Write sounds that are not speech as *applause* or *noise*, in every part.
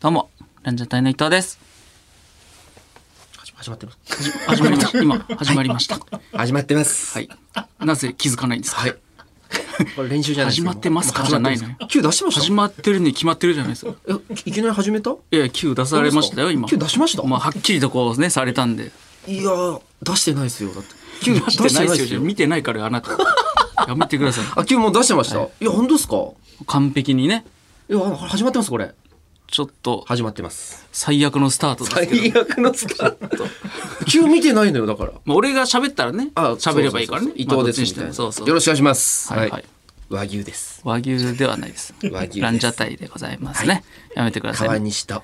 どうも、ランジャタイの伊藤です。始ま始まってます。はじ始まりました。今、始まりました。は始まってます。い。なぜ気づかないんですかはい。 *laughs* これ練習じゃないで始すまってますかじゃないのよ。 Q 出しました。始まってるに決まってるじゃないですか。えいきなり始めた？いや、Q 出されましたよ、今。 Q 出しました。まあ、はっきりとこうね、されたんで。いやー出してないですよ。だって Q 出してないですよ。。見てないからよ、あ *laughs* なた。やめてください。あ Q もう出してました。い、や本当ですか。完璧にね、いやあの始まってますこれ。ちょっと始まってます。最悪のスタートですけど。最悪のスター *laughs* ト。Q 見てないのよだから。まあ、俺が喋ったらね、喋ればいいからね。そうそうそう伊藤ですまあどっちにみしてたいもな。そうそう。よろしくお願いします。はいはい和牛です。和牛ではないです。和牛ですランジャタイでございますね。やめてくださいね川。西と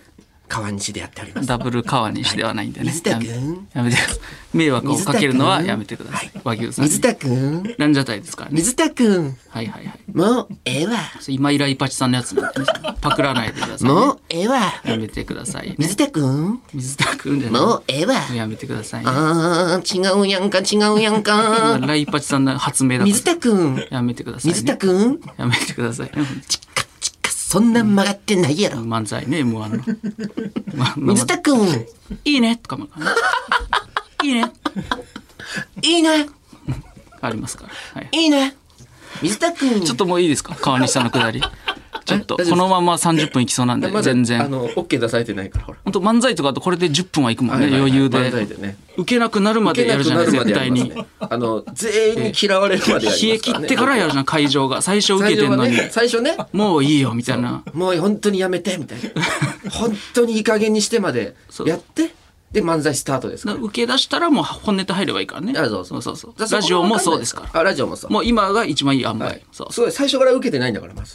川西でやっております。ダブル川西ではないんでね。水田君やめやめてください。迷惑をかけるのはやめてください。和牛さんに。水田くん、ランジャタイですからね。水田くん、はいはいはい。もうええわ。今井らいぱちさんのやつなんでね、パクらないでくださいね、もうええわ。やめてくださいね、水田くん、水田くんじゃない。もうええわ。やめてくださいね。あー、違うやんか、違うやん *laughs* か。ライパチさんの発明だ水か田くん、ら。やめてください、ね。水田くん、やめてくださいね。チカチカ、そんな曲がってないやろ。漫才ね、M1 *laughs* の。まあまあ水田くん、いいねとかも。いいね。いいね、ありますから。はい。いいね。水田くん、ちょっともういいです *laughs* か川西さんのくだり。ちょっと、え大丈夫ですこのまま30分いきそうなんで、全然。の、OK 出されてないから、ほら。本当漫才とかだとこれで10分はいくもんね、はいはいはい余裕で漫才でね受けなくなるまでやるじゃない絶対に、あの、全員に嫌われるまでやります冷え切ってからやるじゃん会場が最初受け最て初んはのに、ね、最初ね、もういいよみたいなもう本当にやめてみたい *laughs* な本当にいい加減にしてまでそうやってで漫才スタートですかだらから受け出したらもう本ネタ入ればいいからねあそうそうそうそうだからラジオもそうですからあラジオもそうもう今が一番いい塩梅、はいそうすごい最初から受けてないんだからまず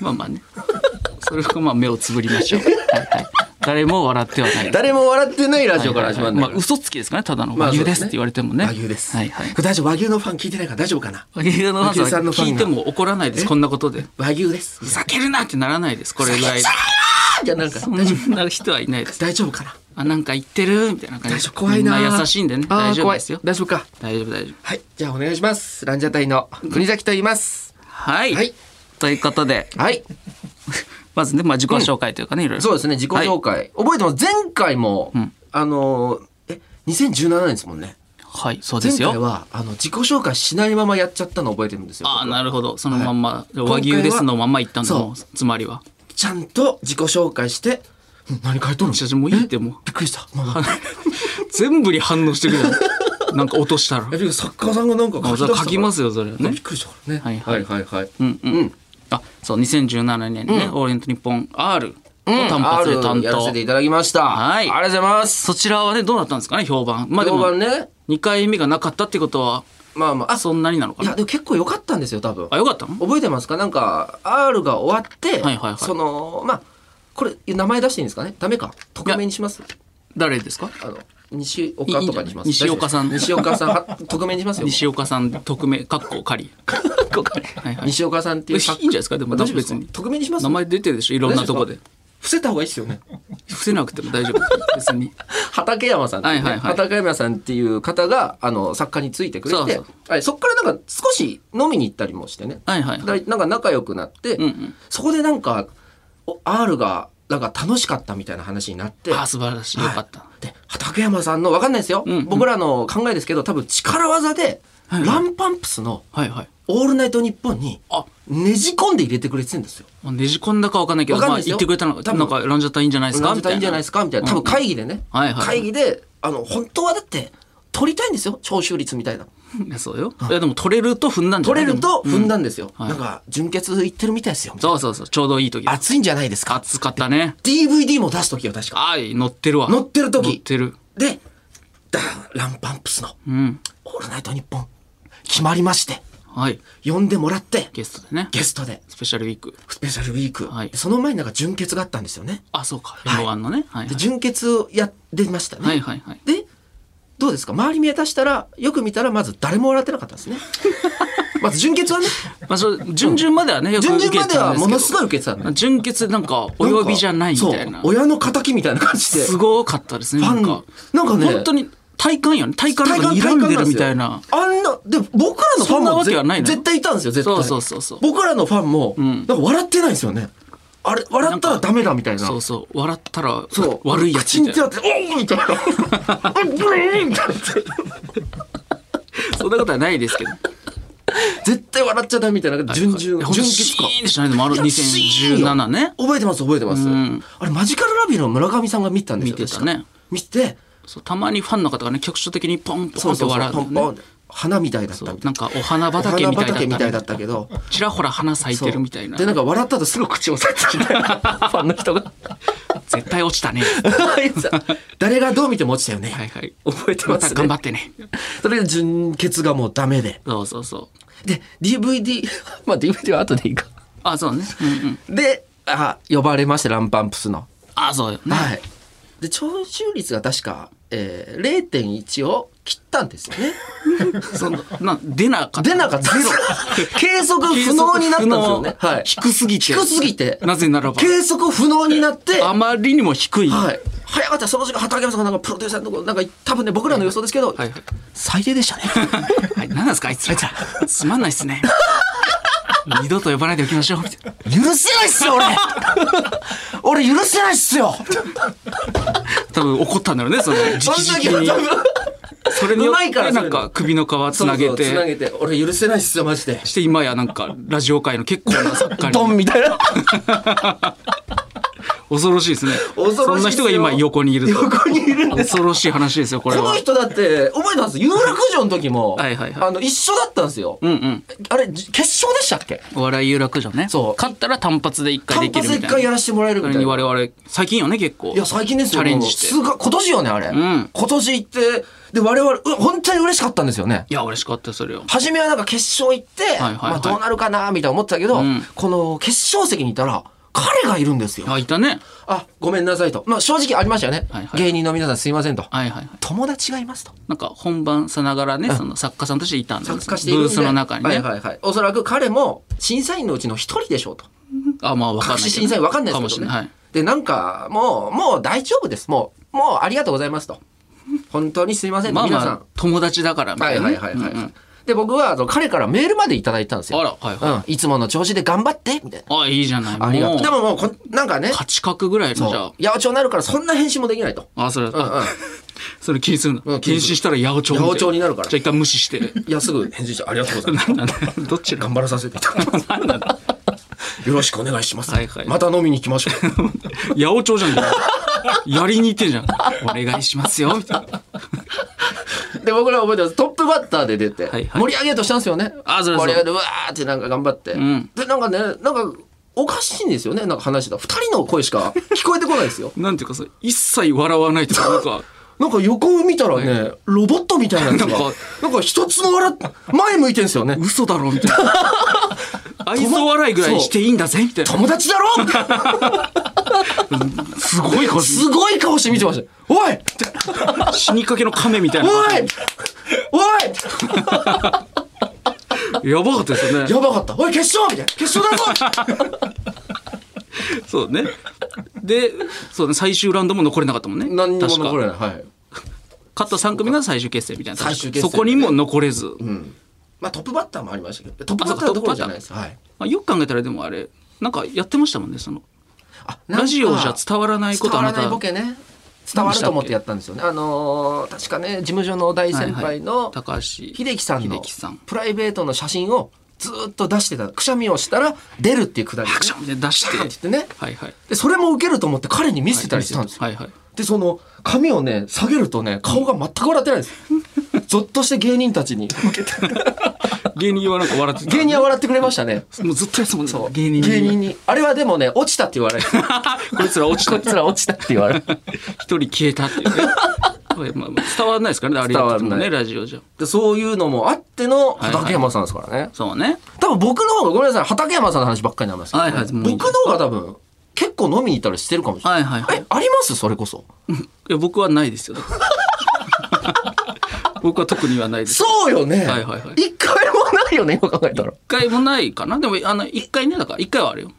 まあまあね *laughs* それはまあ目をつぶりま *laughs* しょう、はいはい、誰も笑ってはない誰も笑ってないラジオから始まるんだまあから嘘つきですかねただのまあ和そう牛ねですって言われてもね和牛ですはいはいこれ大丈夫和牛のファン聞いてないから大丈夫かな和牛の和牛さんのファン聞がいても怒らないですこんなことで和牛ですふざけるなってならないですこれぐらいでじゃあなんかそんな人はいないです大丈夫かなあなんか言ってるみたいな感じ大丈夫怖いなみんな優しいんでねあー大丈夫ですよ怖い大丈夫か大丈夫大丈夫はいじゃあお願いしますランジャタイの国崎と言いますはい、はいということではいまずね、まあ、自己紹介というかね、いろいろそうですね自己はい紹介、覚えてます前回も、んあのーえ2017年ですもんねはいそうで前す回よはあの自己紹介しないままやっちゃったの覚えてるんですよ。ああ僕なるほどそのまんま、今和回は牛ですのまんま行ったんだそうもうつまりはちゃんと自己紹介してん何書いとるの？ちょちょもういいってもうびっくりした。まあまあ全部に反応してくるじゃんなんか落と *laughs* したらえ作家さんがなんかあそ書れき出したから書きますよそれはねびっくりしたからね。はいはいはいはい。うんうん、あそう2017年にね、オーリエント日本 R を単発で R 担やらせて当いただきました。はいありがとうございます。そちらはねどうだったんですかね評判まあで評も判ね。 2回目がなかったってことはまあまあ。あそんなになのかいやなでも結構良かったんですよ多分あ。よかったの覚えてますかなんか R が終わって、はいはいはいそのまあこれ名前出していいんですかねダメか匿名にします誰ですかあの西岡とかにしますいいんじゃない西岡さん西岡さんは匿名にしますよ西岡さん匿名かっこ仮かっこ仮はいはい西岡さんっていいいんうじゃない作ですかでも大丈夫です別かに匿名にします名前出てるでしょいろんなとこで伏せた方がいいですよね伏せなくても大丈夫です別に畠山さんっていうはね、いはいはい畠山さんっていう方があの作家についてくれてそうそうはいそっからなんか少し飲みに行ったりもしてね、はいはいはいだなんか仲良くなって、うんうんそこでなんかお R がなんか楽しかったみたいな話になってあ素晴らしいよかったで畠山さんの分かんないですよ、うんうん僕らの考えですけど多分力技で、はいはいランパンプスの「はいはいオールナイトニッポン」にあねじ込んで入れてくれてるんですよ。ねじ込んだかわかんないけどわかんまないあです言よってくれたのが多分なんかランジャタイいいんじゃないですかラみジたタいないいんじゃないですかみたいな多分会議でね、はいはい会議であの本当はだって取りたいんですよ徴収率みたいなうんいやそうよいやでも取れると踏んだんじゃな取いれるとでも踏んだんですよ、はいなんか純潔いってるみたいですよみたいそうそうそうちょうどいい時な熱いんじゃないですか暑かったね DVD も出す時よ確かあい乗ってるわ乗ってる時乗ってるでだランパンプスのうん「オールナイトニッポン」決まりましてはい呼んでもらってゲストでねゲストでスペシャルウィークスペシャルウィーク、はいその前になんか純潔があったんですよねあそうか M1 のねはいではい純潔をやってましたね、はいはいはいでどうですか周り見渡したらよく見たらまず誰も笑ってなかったんで *laughs* すねまず純潔はねまあ、それ準々まではね、よく準受け々まてでたんはですけど。ものすごい受けてたのよ純潔なんか、お呼びじゃないみたいなそう。親の敵みたいな感じですごかったですね、なんか。ファンなんかね本当に体感やね。体感体が感睨体ん感でなるんみですよたいな。あんなでも僕らのファンそんなもわけぜはないの絶対いたんですよ絶対そうそうそうそう僕らのファンもんなんか笑ってないんですよねあれ笑ったらダメだみたいなそうそう笑ったらそう悪いやつ口にみた手い当てておおみたい *laughs* なおブリーンみたいななそんなことはないです *laughs* けど絶対笑っちゃダメみたいな準々準いやほんと決かシーンってしないのもあるいやシーンよ2017ね覚えてます覚えてますうんあれマジカルラビーの村上さんが見たんですよ見てたね確か見てそうたまにファンの方がね局所的にポンポそンうってそうそ笑ううのねポンポン花みたいだったそみたうないなんかお花お畑花みたいだった畑ねみたいだったけどちらほら花咲いてるみたいなでなんか笑ったとすぐ口を押さえ *laughs* てみたいなファンの人が絶対落ちた *laughs* ね誰がどう見ても落ちたよね、はいはい覚えてまますたね頑張ってねそれで純血がもうダメでそうそうそうで *laughs* DVD まあ DVD は後でいいかあそうねうんうんであ呼ばれましてランパンプスのあそうよねはいで聴取率が確か、えー、0.1を切ったんですよ *laughs* ねそのな出なかった出なかったんですよ計測不能になったんですよね、計測不能はい、低すぎて低すぎてなぜならば計測不能になってあまりにも低い、はい。早かったその時間、畠山さんがなんかプロデューサーのとこ、なんか多分ね、僕らの予想ですけど、はいはい最低でしたね。はい、何なんですかあいつらつまんないっすね二度と呼ばないでおきましょうみたいな許せないっすよ、 *laughs* 俺俺許せないっすよ多分怒ったんだろうねその直その時は々に多分、それにようまいっからてそなれんか首の皮つなげつなてげて、俺許せないっすよ、マジで。して今やなんかラジオ界の結構な作 *laughs* 家ドにンみたいな。恐ろしいですね恐ろしいっすよそんな人が今横にいると横にいるんで恐ろしい話ですよここれはの人だって、覚えてます有楽城の時も、はいはいはいあの、一緒だったんですよ。うんうんあれ、じ決勝でしたっけお笑い有楽城ねそう勝ったら単発で一回単できるみ発一たいな回やらせてもらえるそみれたいにな。我々最近よね結構いや、最近ですチよ。ャレンジしてもうすが今年よね、あれ。ん今年行って、で、我々、う本当に嬉しかったんですよね。いや嬉しかったよそれを初めはなんか決勝行って、はいはいはいまあどうなるかな、みたいな思ってたけど、うんこの決勝席にいたら、彼がいるんですよ。あいたねあ、ごめんなさいと。まあ正直ありましたよね。はいはい芸人の皆さんすいませんと。はいはいはい友達がいますと。なんか本番さながらねその作家さんとしていたんです参加しているんブで。ースの中にね、はいはいはい。おそらく彼も審査員のうちの一人でしょうと。あまあわかん各ない種けど審査員わかんないかでもすしけれどね。ない、はいで、なんか、もう、もう大丈夫です。もう、もうありがとうございますと。本当にすいませんと、まあ皆さんま。あ友達だからみはたいいなはねいはいはい。うんうんで、僕はあの彼からメールまでいただいたんですよ。あらはいはい、うん、いつもの調子で頑張ってみたいあいいじゃないな。ありがともう。でももうこ、なんかね、価値格ぐらいのじゃそう八百長になるからそんな返信もできないと。ああそれ、うんうんあ。それ気にするな、うん気禁にする止したら八百長みたい八百長になるからじゃあ一回無視して *laughs* いや、すぐ返事して、ありがとうございます。なんだねどっちだ頑張らさ *laughs* せていただきます。よろしくお願いします。はいはいまた飲みに行きましょう。八百長じゃんやりに行ってんじゃんお願いしますよみたいなで、僕ら覚えてます。トップバッターで出て、はいはい盛り上げようとしたんですよね。あそうそう盛り上げて、うわーってなんか頑張って。んで、なんかね、なんか、おかしいんですよね。なんか話してた。二人の声しか聞こえてこないですよ。なんていうかさ一切笑わないとかなんかなんか横を見たらね、ロボットみたいなやつが、なんかなんか一つも笑っ、前向いてんすよね。嘘だろみたいな愛想笑いぐらいしていいんだぜみたいな友達だろみたいなすごい顔しすごい顔して見てました。おい死にかけの亀みたいなおいおいやばかったですよねやばかった。おい、決勝みたいな。決 *laughs* 勝だぞそうねでそうね最終ラウンドも残れなかったもんね何にも確か残れない。はい。勝った3組が最終決戦みたいな最終決戦そこにも残れず、まあトップバッターもありましたけど、トップバッターどころじゃないです。はい。まあ、よく考えたらでもあれなんかやってましたもんねそのあなんかラジオじゃ伝わらないこと伝あわらなないたボケね。伝わると思ってやったんですよね。あのー確かね、事務所の大先輩はいはのい、高橋秀秀樹さんの樹さんプライベートの写真をずーっと出してたくしゃみをしたら出るっていうくだり、ね、アクションみたいな出しシャーって *laughs* て言ってねはいはいでそれも受けると思って彼に見せたりしたんですよ、はいはいでその髪をね下げるとね顔が全く笑ってないんですよゾッとして芸人たち *laughs* に向けて芸人はなんか笑ってた芸人は笑ってくれましたねもうずっとやつもんね芸人に芸人にあれはでもね落ちたって言われる *laughs* こいつら落ちたこいつら落ちたって言われる一人消えたっていうねはいまあまあ伝わらないです *laughs* からねあれやってても伝わねんラジオじゃでそういうのもあっての畠山さんですからね、そうね多分僕の方がごめんなさい畠山さんの話ばっかりになりますけど、ねはいはいもういい僕の方が多分結構飲みに行ったりしてるかもしれない、はいはいはいえありますそれこそいや僕はないですよ *laughs* 僕は特にはないですそうよね。はいはいはい一回もないよね、今考えたら。一回もないかなでもあの一回ねだから一回はあるよ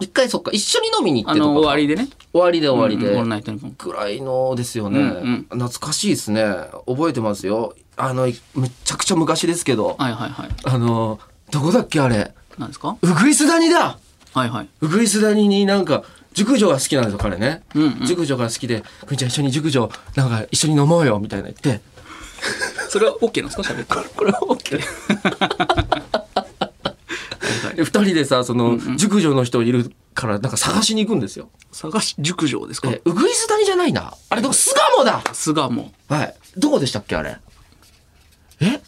一回そっか、一緒に飲みに行っあてとか。の終わりでね終わりで終わりで。うんオールナイトニッポンくらいのですよね、うんうん懐かしいですね。覚えてますよ。あの、いめちゃくちゃ昔ですけど、はいはいはいあの、どこだっけあれ。なんですかうぐいす谷だはいはい。ウグイス谷になんか、熟女が好きなんですよ、彼ね。うんうん熟女が好きで、くんちゃん一緒に熟女、なんか一緒に飲もうよ、みたいな言って。それは OK なんですか喋って。これは OK。はいはで、い二人でさ、その、熟女の人いるから、なんか探しに行くんですよ。探し、熟女ですかで、ウグイス谷じゃないな。あれ、どこ、巣鴨だ巣鴨。はい。どこでしたっけ、あれ。え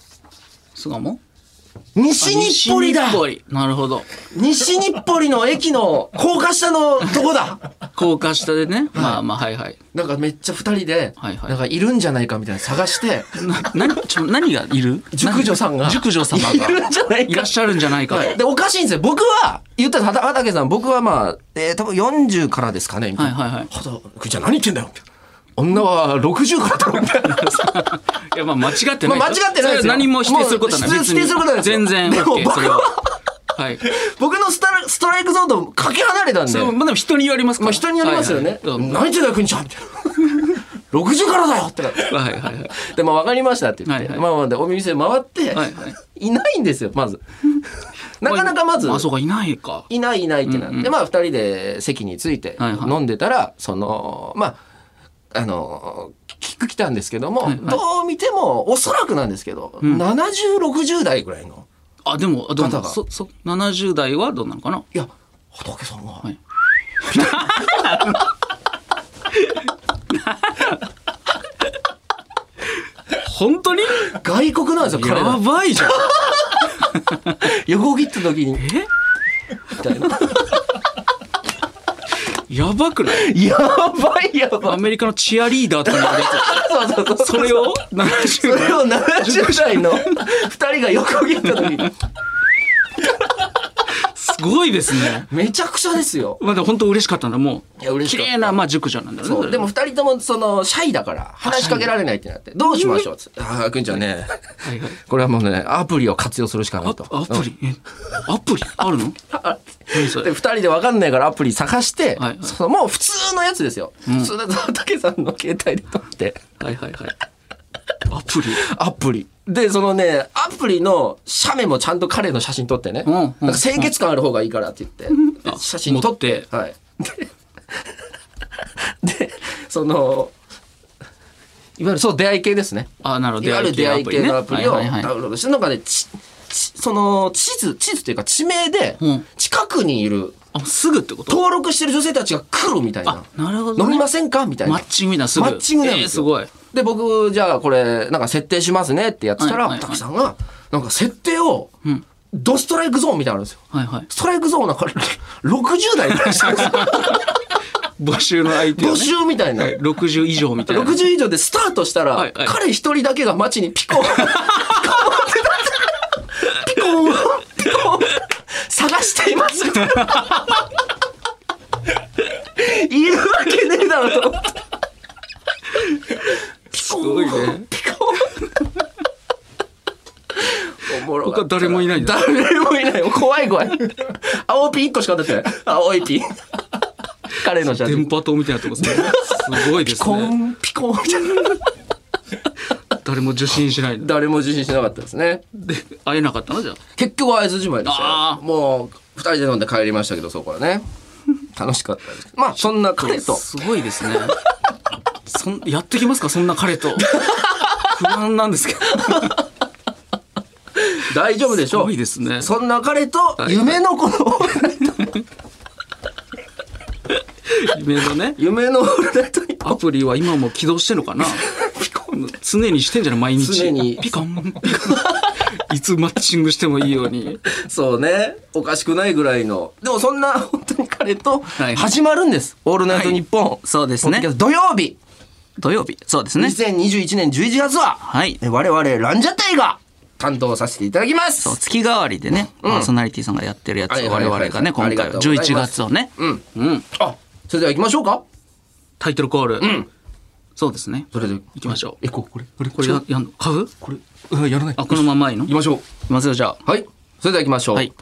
巣鴨西日暮里だあ西日暮里なるほど。西日暮里の駅の高架下のとこだ *laughs* 高架下でね。まあまあ、はいはい。なんかめっちゃ二人で、はいはいなんかいるんじゃないかみたいなの探して、な *laughs* 何ちょ何がいる熟女さん *laughs* が熟女様が。いるんじゃないかいらっしゃるんじゃないか。で、おかしいんですよ。僕は、言ったら、畑畑さん、僕はまあ、えー、多分40からですかね、みたいな。はいはいはい畑くんちゃん何言ってんだよ、みたいな。女は60からだろ、みたい *laughs* な。いや、まあ間違ってない。まあ間違ってないですよそれは何も否定することはない。もう別に否定することはないですよ全然でも OK、それは。はい。僕のスタストライクゾーンとかけ離れたんそで。れもままあでも人によりますから。あ人によりますよね。はいはい何言ってんだよ、くんちゃん、みたいな。60からだよってなって。はいはいはい。で、まあ分かりましたって言って。はいはいまあまあ、で、お店回って、はいいはいないんですよ、 *laughs* まず。なかなかまず。あ、そうか、いないか。いないいないってなって、うんうんまあ二人で席についてはいはい飲んでたら、そのまああの聞く来たんですけども、はいはいどう見てもおそらくなんですけど、ん7060代ぐらいのあ、でも、あどう方ながのそ、そ、70代はどうなのかないや仏さんが、い本当に外国なんですよ彼やらばいじゃん。横切った時にみえたいな *laughs* やばくないやばいやばいアメリカのチアリーダーとかに言われて *laughs* そうそうそうたそれを70それ代。を70代の2人が横切った時にすごいですね。めちゃくちゃですよまあでも本当嬉しかったんだ、もう。いや嬉し綺かった麗な、まあ熟女なんだろうね。そうでも2人ともそのシャイだから話しかけられないってなって「どうしましょう」っつって「ああくんちゃんねはいはい。これはもうねアプリを活用するしかなアいと」アプリえアプリあるの何そでれ2人で分かんないからアプリ探して、はいはいそのもう普通のやつですよ、普通だと畑さんの携帯で撮ってはいはいはい。アプリアプリでそのねアプリの写メもちゃんと彼の写真撮ってね、うんうんなんか清潔感ある方がいいからって言って、で写真撮って持はいでで *laughs* そのいわゆるそう出会い系ですねあ、なるほど。いわゆる出会い系のアプリをはダウいはいはいンロードして、なんかね、ちちその地図、地図というか地名でうん、近くにいる、あ、すぐってこと登録してる女性たちが来るみたいな。なるほどね。飲みませんかみたいマッ。なチングみたいなすぐ。マッチングなんえでーすすよごい。で、僕、じゃあこれ、なんか設定しますねってやってたら、はいはいはいたくさんが、なんか設定をうん、ドストライクゾーンみたいなのあるんですよ。はいはい。ストライクゾーン *laughs* なんか、60代ぐらいしてるん *laughs* ですよ募集の相手をね。募集みたいな。はい60以上みたいな。 60以上でスタートしたら、はいはい彼一人だけが街に *laughs* ピコンピコンってピコンピコン探していますみたいないるわけねえだろと思ってピコンすごいねピコンおもろかった他誰もいないんだ誰もいないもう怖い怖い青ピン1個しか当たってない青いピン彼の写電真波塔みたいなとこです *laughs* ね。すごいでピすコね。ンピコンみたいな誰も受信しないで。誰も受信しなかったですねで会えなかったのじゃあ。結局は会津じまいでしたあよーもう二人で飲んで帰りましたけどそこ *laughs* はね楽しかったですけどまあそんな彼とすごいですね。そんやってきますかそんな彼と。不安なんですけど。大丈夫でしすょうごいですね。そんな彼とはい夢のこの夢のね。夢のオールナイトにアプリは今も起動してんのかなピコン常にしてんじゃない毎日。常にピコン、ピコン。いつマッチングしてもいいように。そうねおかしくないぐらいのでもそんな本当に彼とい始まるんです「オールナイトニッポン」そうですねポッドキャスト土曜日土曜日。そうですね。 2021年11月ははい。え我々ランジャタイが担当させていただきますそう月替わりでね、パーソナリティさんがやってるやつはいをはい我はい々がね、今あり回がはとうございま11す月をね、うんうんあそれでは行きましょうかタイトルコール、んそうですねそれで行行きましょうえここれこれこれややんの買うこれうんやらないあこのままいいの行きましょういきますよじゃあはい。それでは行きましょう。はい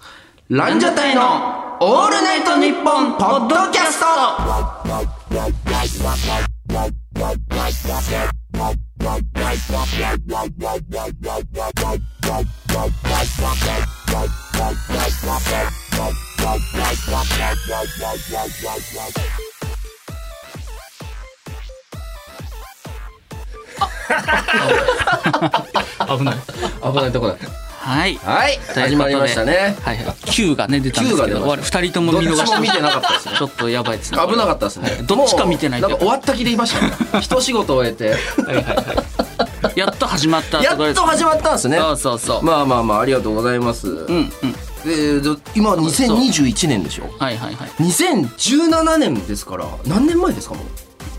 ランジャタイのオールナイトニッポンポッドキャスト危ない。危ないとこだ。はい。はというい、ことで始まりましたね。はいはい。Q がね出たんですけ九が出まど、した我々二人ともどっ見ち逃しも見ててなかったですね。ちょっとやばいですね。危なかったですね。どっちか見てないともうなんか終わった気でいました *laughs* ね。一仕事終えて。やっと始まったやところっですと。始まったんですね。そうそうそう。まあまあまあ、ありがとうございます。うんうん。えーど今2021年でしょはいはいはい。 2017年ですから何年前ですかもう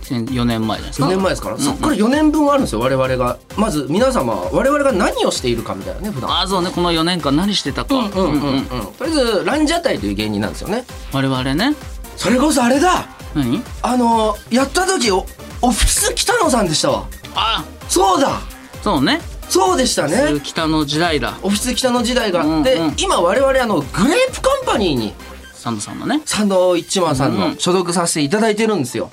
4年前じゃないですか。 4年前ですから、そこから4年分あるんですよ我々がまず皆様我々が何をしているかみたいなね普段あそうねこの4年間何してたか、うんうんうんとりあえずランジャタイという芸人なんですよね我々ねそれこそあれだ何あのやった時オオフィス北野さんでしたわあそうだそうねそうでしたね北の時代だオフィス北野時代があって、うんうん今我々あのグレープカンパニーにサンドさんのねサンドイッチマンさうんんの所属させていただいてるんですよ。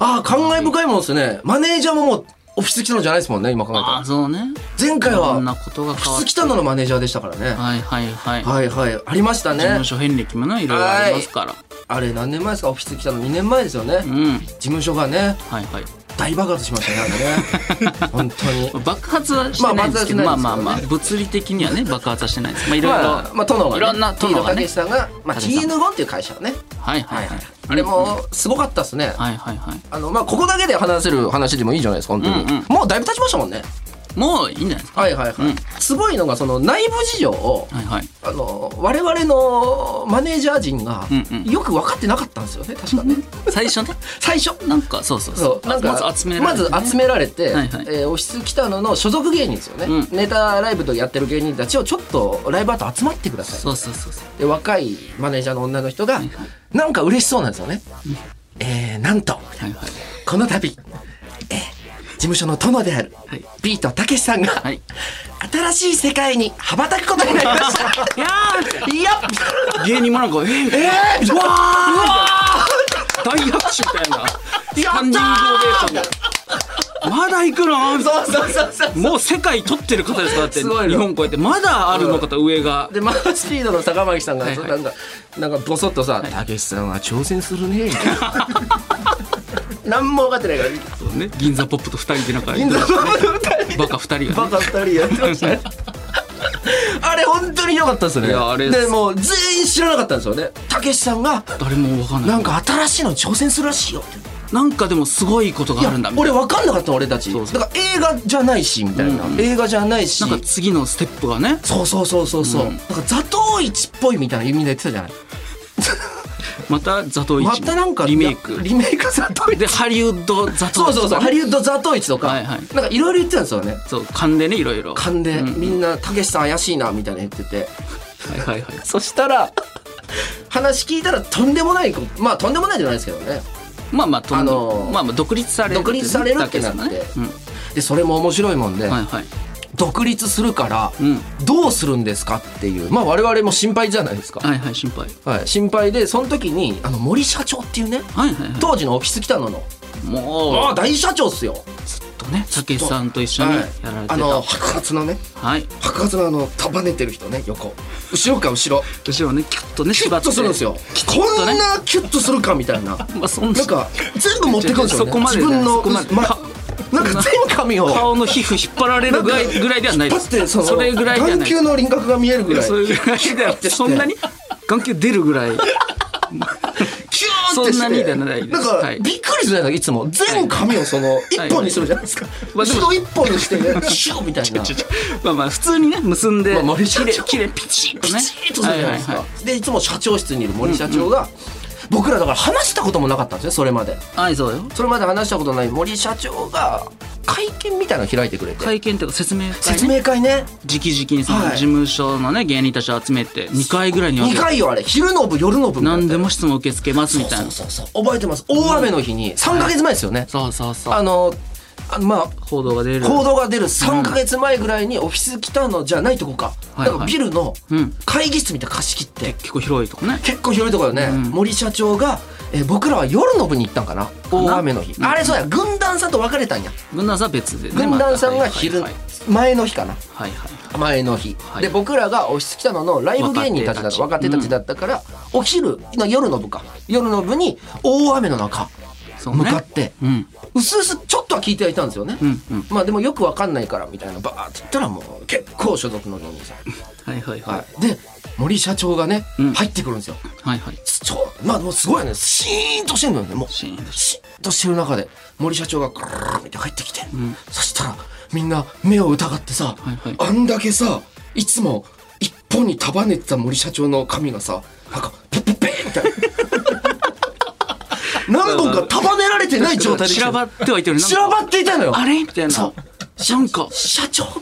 ああ、感慨深いもんですね。マネージャーももうオフィス来たのじゃないですもんね、今考えたあら。そうね前回こんなはことがオ変フわィっス来たののマネージャーでしたからね。はいはいはい、はいはい、ありました事ね務。所遍歴もねいろいろありますからあれ何年前ですか、オフィス来たの2年前ですよね。う事ん務所がね、はいはい大爆発しました *laughs* ね、あれね。本当に。爆発はしてないんですけど、ままあ、あまあまあ爆発はしてないですけどね物理的にはね爆発はしてないですまあいろいろ、まあ、まあ、殿が、ね、いろんな殿がね T の武さんが、まあ、武さん TN5 っていう会社がね。はいははいいははいい。あれうんも、すごかったですね。はいはいはいあの、まあ、ここだけで話せる話でもいいじゃないですか、本当に。うんうんもうだいぶ経ちましたもんね。もういいんじゃないですかはいはいはい、うんすごいのがその内部事情をはいはいあの我々のマネージャー陣がうんうんよく分かってなかったんですよね確かね最初ね最初なんかそうそうそそううなんかまず集められてねはまず集められていはいえーオフィス北野の所属芸人ですよね、うんネタライブとやってる芸人たちをちょっとライブ後集まってくださいそうそうそうそうで若いマネージャーの女の人がなんか嬉しそうなんですよね、えー、なんとはいはいこの度、えー、事務所の殿である、はいビートたけしさんが、はい新しい世界に羽ばたくことになりま *laughs* しいたやいやー芸人もなんかえーええー、うわ大拍手みたいなスやったータンディングオベーションでまだ行くーのそうそうそうそうもう世界取ってる方ですからだってすごいの日本こうやってまだあるの方上がでマースピードの坂巻さんが、はいはいなんかなんかボソッとさ「たけしさんは挑戦するね」みたいな *laughs* 何も分かってないからそうね銀座ポップと二人でなんか銀座の2人バカ二人がバねカ2人やってましたね *laughs* あれ本当に良かったですねいやあれでもう全員知らなかったんですよねたけしさんが誰も分かんないなんか新しいのに挑戦するらしいよってなんかでもすごいこといがあやるんだみたい俺分かんなかったの俺たちそうそうだから映画じゃないしみたいな、映画じゃないしななんか次のステップがねそうそうそうそうそう、うんなんか座頭市っぽいみたいな意味で言ってたじゃないまたザトウイまチたなんかリメイクリメイク座頭市でハリウッドザトウイそうチそうそうハリウッド座頭市とか、はいはいなんかいろいろ言ってたんですよねそう勘でねいろいろ勘で、うんみんなたけしさん怪しいなみたいな言っててはいはいはいそしたら話聞いたらとんでもないことまあとんでもないじゃないですけどねまあまあとんであのーまあまあ独立される独立されるってなってだけですもんねでそれも面白いもんで、うんはいはい独立するからうんどうするんですかっていうまあ我々も心配じゃないですか、はいはい心配はい、心配でその時にあの森社長っていうねはいはいは当時のオフィス北野のいもあうあ大社長っすよ、とねたけしさんと一緒にやはいられてたあの白髪のねはい白髪のあの束ねてる人ね横後ろか後ろ後ろねキュッとねキュ縛っッてとするんですよとこんねなキュッとするかみたいな *laughs* まあそんななんか全部持ってくるんですよ、ね、そこまでじ自ゃない分のそこまでまかなんか全髪を顔の皮膚引っ張られるぐらいぐらいではないでパすッてそのれぐらいでは眼ない球の輪郭が見えるぐらいそれぐらいではってそんなに眼球出るぐらいキューンってしてそんなにではないですなんか、はいびっくりするじゃないいつも全髪をその一本にするじゃないですか、まあでも後ろ一本にして *laughs* ねシューみたいなまあまあ普通にね結んでまあ森き社れい長きれいピチッとピねチッとするじゃないですか、はいはいでいつも社長室にいる森社長が、僕らだから話したこともなかったんですねそれまではいはいそうよそれまで話したことない森社長が会見みたいなの開いてくれて、会見というか説明会説ね明会ね直々にそのはい事務所のね芸人たちを集めて2回ぐらいに分2けて回よあれ昼の部夜の部みたいな何でも質問受け付けますみたいそうなそうそうそう覚えてます大雨の日に3か月前ですよね、そうそうそうあのあのまあ報道が出る行動が出る3か月前ぐらいにオフィス来たのじゃないとこか、はいはいなんかビルのうん会議室みたいなの貸し切って結構広いとこね結構広いところよね、うん森社長が、えー僕らは夜の部に行ったんかな大雨の日、うんあれそうや軍団さんと別れたんや軍団さんは別でね軍団さんが昼はい前の日かなはいはい前の日、はいで僕らがオフィス来たののライブ芸人たちだった若若手手たたちちだったから、お昼の夜の部か夜の部に大雨の中そうね向かってうんうすうすちょっとは聞いてはいたんですよね、うんうんまあでもよくわかんないからみたいなバーって言ったらもう結構所属の芸人さん、はいはいははいい、で森社長がね、うん入ってくるんですよはいはいそうまあもうすごいよねシーンとしてるのよねもうシーンとシーンとしてる中で森社長がグルーって入ってきて、んそしたらみんな目を疑ってさ、はいはいあんだけさいつも一本に束ねてた森社長の髪がさなんかペッペッペッみたい *laughs* な何本か束ねられてない状態で来散たらばってはいてるなんか散らばっていたのよあれみたいなそなんか社長みた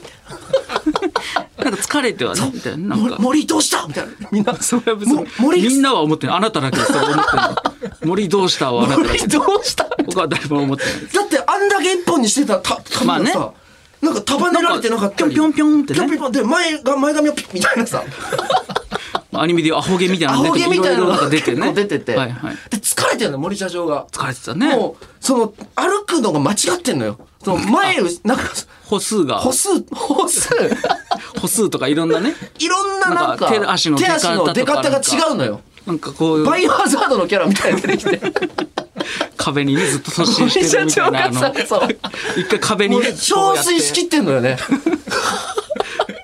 いなんか疲れてはねみたいなななん森か森どうしたみたいなみんなそれは別にも森みんなは思ってないあなただけそれ思ってない森どうしたはあなただけ森どうした僕は誰も思ってないだってあんだけ一本にしてたたまあ髪がねさ、なんか束ねられてなかったりなんかピョンピョンってねピョンピョンで前が前髪をピッみたいなさアニメでいうアホ毛みたいなアのホ毛みたいなのがが出て結ね構出てて、はいはいで疲れてるの森社長が、疲れてたねもうその歩くのが間違ってんのよその前をなんか歩数が歩数歩数歩数とかいろんなねいろんななんかなんか手足の出手方と足かの出方が違うのよなんかこういうバイオハザードのキャラみたいに出てきて壁にねずっと突進してるみたいなあ森社長の *laughs* がさそう一回壁にもうねこう憔やって悴しきってんのよね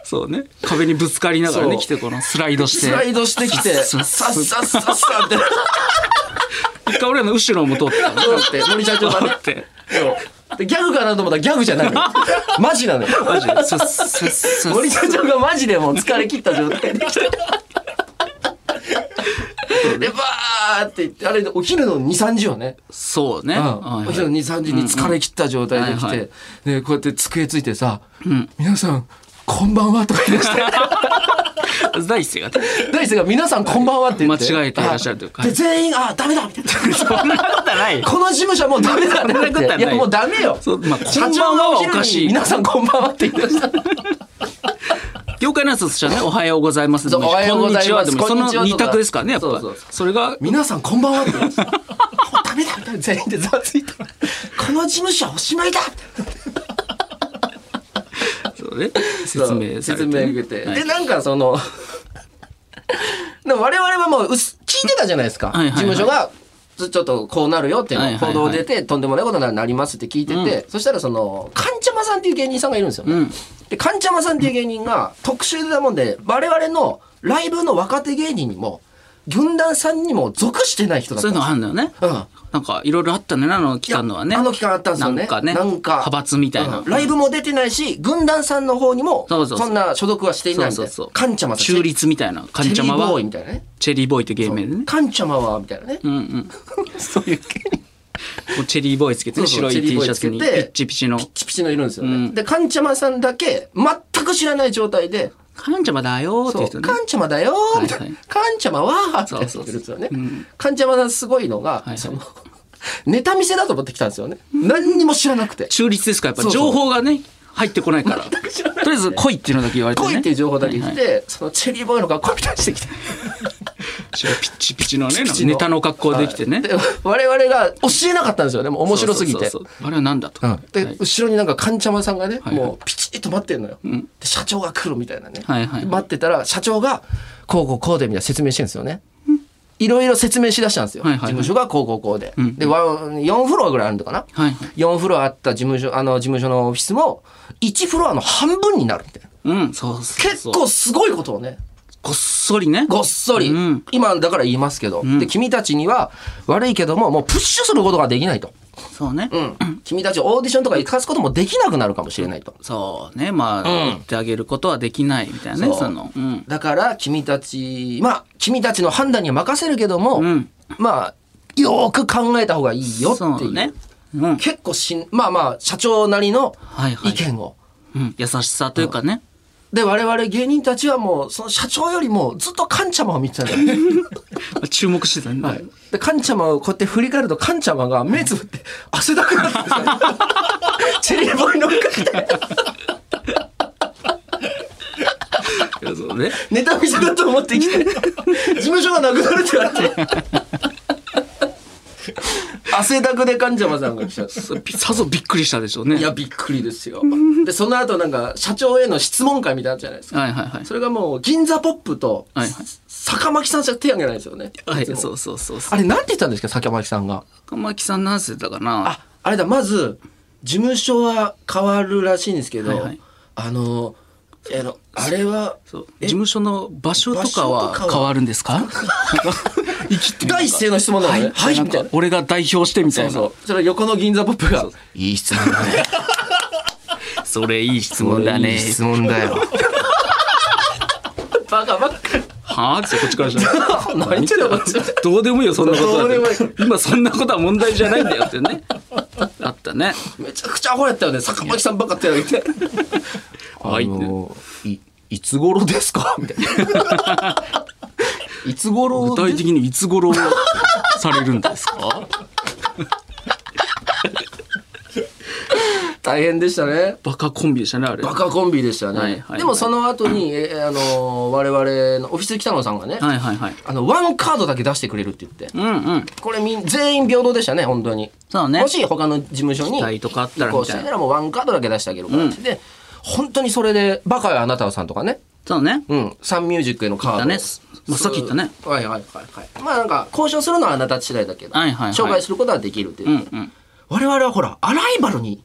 そうね壁にぶつかりながらねそう来てこのスライドしてスライドしてきてささっっささっっささっさっさって一回俺らの後ろも通ってたのそうって森社長がね通 *laughs* ってそうでギャグかなと思ったらギャグじゃないのよマジなのよマジでさっさっさっ森社長がマジでもう疲れ切った状態で来てでバーって言ってあれお昼の23時よね、そうね、うはんいはいお昼の23時に疲れ切った状態で来て、うんうんはいでこうやって机ついてさ「皆さんこんばんは」とか言い *laughs* 出して第一声がね大輔が「皆さんこんばんは」って言って間違えていらっしゃるというかあで全員「あダメだ」みたいなそんなことはないよこの事務所もうダメだねそんなことはないいやもうダメよ。そうまあ社こんば長んはがはおおかかしいしい。皆さんこんばんはって言ってました。業界のやつとしてはねおはようございますでもいいしそうおはようございますこんにちはでもいいしこんにちはそとかの二択ですからねやっぱそうそうそうそれが皆さんこんばんはって言ってました。もうダメだみたいな全員でざわついた。この事務所はおしまいだそうね説明されて説ね明受けて。はいで、なんかその、でも我々はもううす聞いてたじゃないですか。はいはいはい事務所が、ちょっとこうなるよっていうはいのはいはい報道出て、とんでもないことになりますって聞いてて、そしたらその、かんちゃまさんっていう芸人さんがいるんですよね。うんで、かんちゃまさんっていう芸人が特集なもんで、我々のライブの若手芸人にも、軍団さんにも属してない人だっそたういんうでのあするんだよね、うんなんかいろいろあったねあの期間のはねいやあの期間あったんですよねなんかねなんか派閥みたいな、うんライブも出てないし、軍団さんの方にも、そうそうそうそんな所属はしていそないうみたそいうなそう。かんちゃまさん。中立みたいな。かんちゃまチェリーボはーイみたいなね。チェリーボーイという芸名でね。かんちゃまは、みたいなね。うんうん。 *laughs* そういう系。こうチェリーボーイつけてね、そうそ白ういチェリー T ボーシャイつツけてにピッチピチの。ピチピチのいるんですようね。んで、かんちゃまさんだけ、全く知らない状態で、かんちゃまだよーっていそ、うう人ね。かんちゃまだよーみたいはいなは。かんちゃまはーそっうてそうそう言ってるんですよねうん。かんちゃまさんすごいのがいはい、その、ネタ見せだと思ってきたんですよね。何にも知らな *laughs* くて。中立ですから、やっぱそうそ情う報がね、入ってこないから。と知らなりあえず来いっていうのだけ言われてね。恋っていう情報だけ来はいはいて、そのチェリーボーイの格好みたいにしてきて。白いピッチピチのね、なんピかチのネタの格好できてね。で我々が教えなかったんですよね。もう面白すぎて。そうそうそうそうあれはなんだと。うんで、はい後ろになんかかんちゃまさんがね、いはいもうピチッと待ってんのよ、で社長が来るみたいなね、はいはい待ってたら社長がこうこうこうでみたいな説明してるんですよねいろいろ説明しだしたんですよ、はいはいはい事務所がこうこうこうで、んでワン4フロアぐらいあるのかな、はいはい4フロアあった事務所あの事務所のオフィスも1フロアの半分になるみたいなうん、そうそう。結構。すごいことをねこっそりね。ごっそり、うん今だから言いますけど、で君たちには悪いけどももうプッシュすることができないと、そうね。うん、君たちをオーディションとか行かすこともできなくなるかもしれないとそうね。まあ、言ってあげることはできないみたいなね、そうその。うん。だから君たちまあ君たちの判断には任せるけども、んまあよーく考えた方がいいよっていそううね。うん。結構しんまあまあ社長なりのはいはい意見を、うん、優しさというかね。で我々芸人たちはもうその社長よりもずっとカンチャマを見てたんだよ注目してたね。でカンチャマをこうやって振り返るとカンチャマが目つぶって汗だくになってる *laughs* チェリーボーイ乗っかっていやそうね。ネタ見せだと思ってきて事務所がなくなるって言われて汗だくでカンチャマさんが来ちゃってそうびさぞびっくりしたでしょうね。いや、びっくりですよ。で、その後なんか、社長への質問会みたいなのあったじゃないですか。はいはいはい。それがもう、銀座ポップと、はいはい坂巻さんしか手挙げないですよね。はい、つもそうそうそうそう。あれ、なんて言ったんですか、坂巻さんが。赤巻さんなんつってたかな。あ、あれだ、まず、事務所は変わるらしいんですけど、はいはいあのいやあのあれはそう事え務所の場所とか場所はとかは変わるんですか生きて第一声の質問なのねはい、なんみたいかな俺が代表してみたいそうなそうそれ横の銀座ポップがいい質問だね。それいい質問だいねい質問だ *laughs* よ。バカバカはあってこっちからしたら何言ってんのこっちどうでもいいよそんなことどうでもはい今そんなことは問題じゃないんだよってねあったねめちゃくちゃアホやったよね坂巻さんばっか手挙げてはいあのいいつ頃ですかみたい *laughs* な。いつ頃具体的にいつ頃されるんですか大変でしたねバカコンビでしたねあれバカコンビでしたね、はいはいでもその後に、えあの我々のオフィス北野さんがね、はいはいはいあのワンカードだけ出してくれるって言ってうんうんこれみん全員平等でしたね本当にそうねもし他の事務所に期待とかあったら移行したいならもうワンカードだけ出してあげるからって、で本当にそれで「バカよあなたは」さんとかね、そうねうん、サンミュージックへのカードだねまあさっき言ったねはいはいはいはいまあなんか交渉するのはあなた次第だけど、はいはいはい紹介することはできるっていう、うんうん我々はほらアライバルに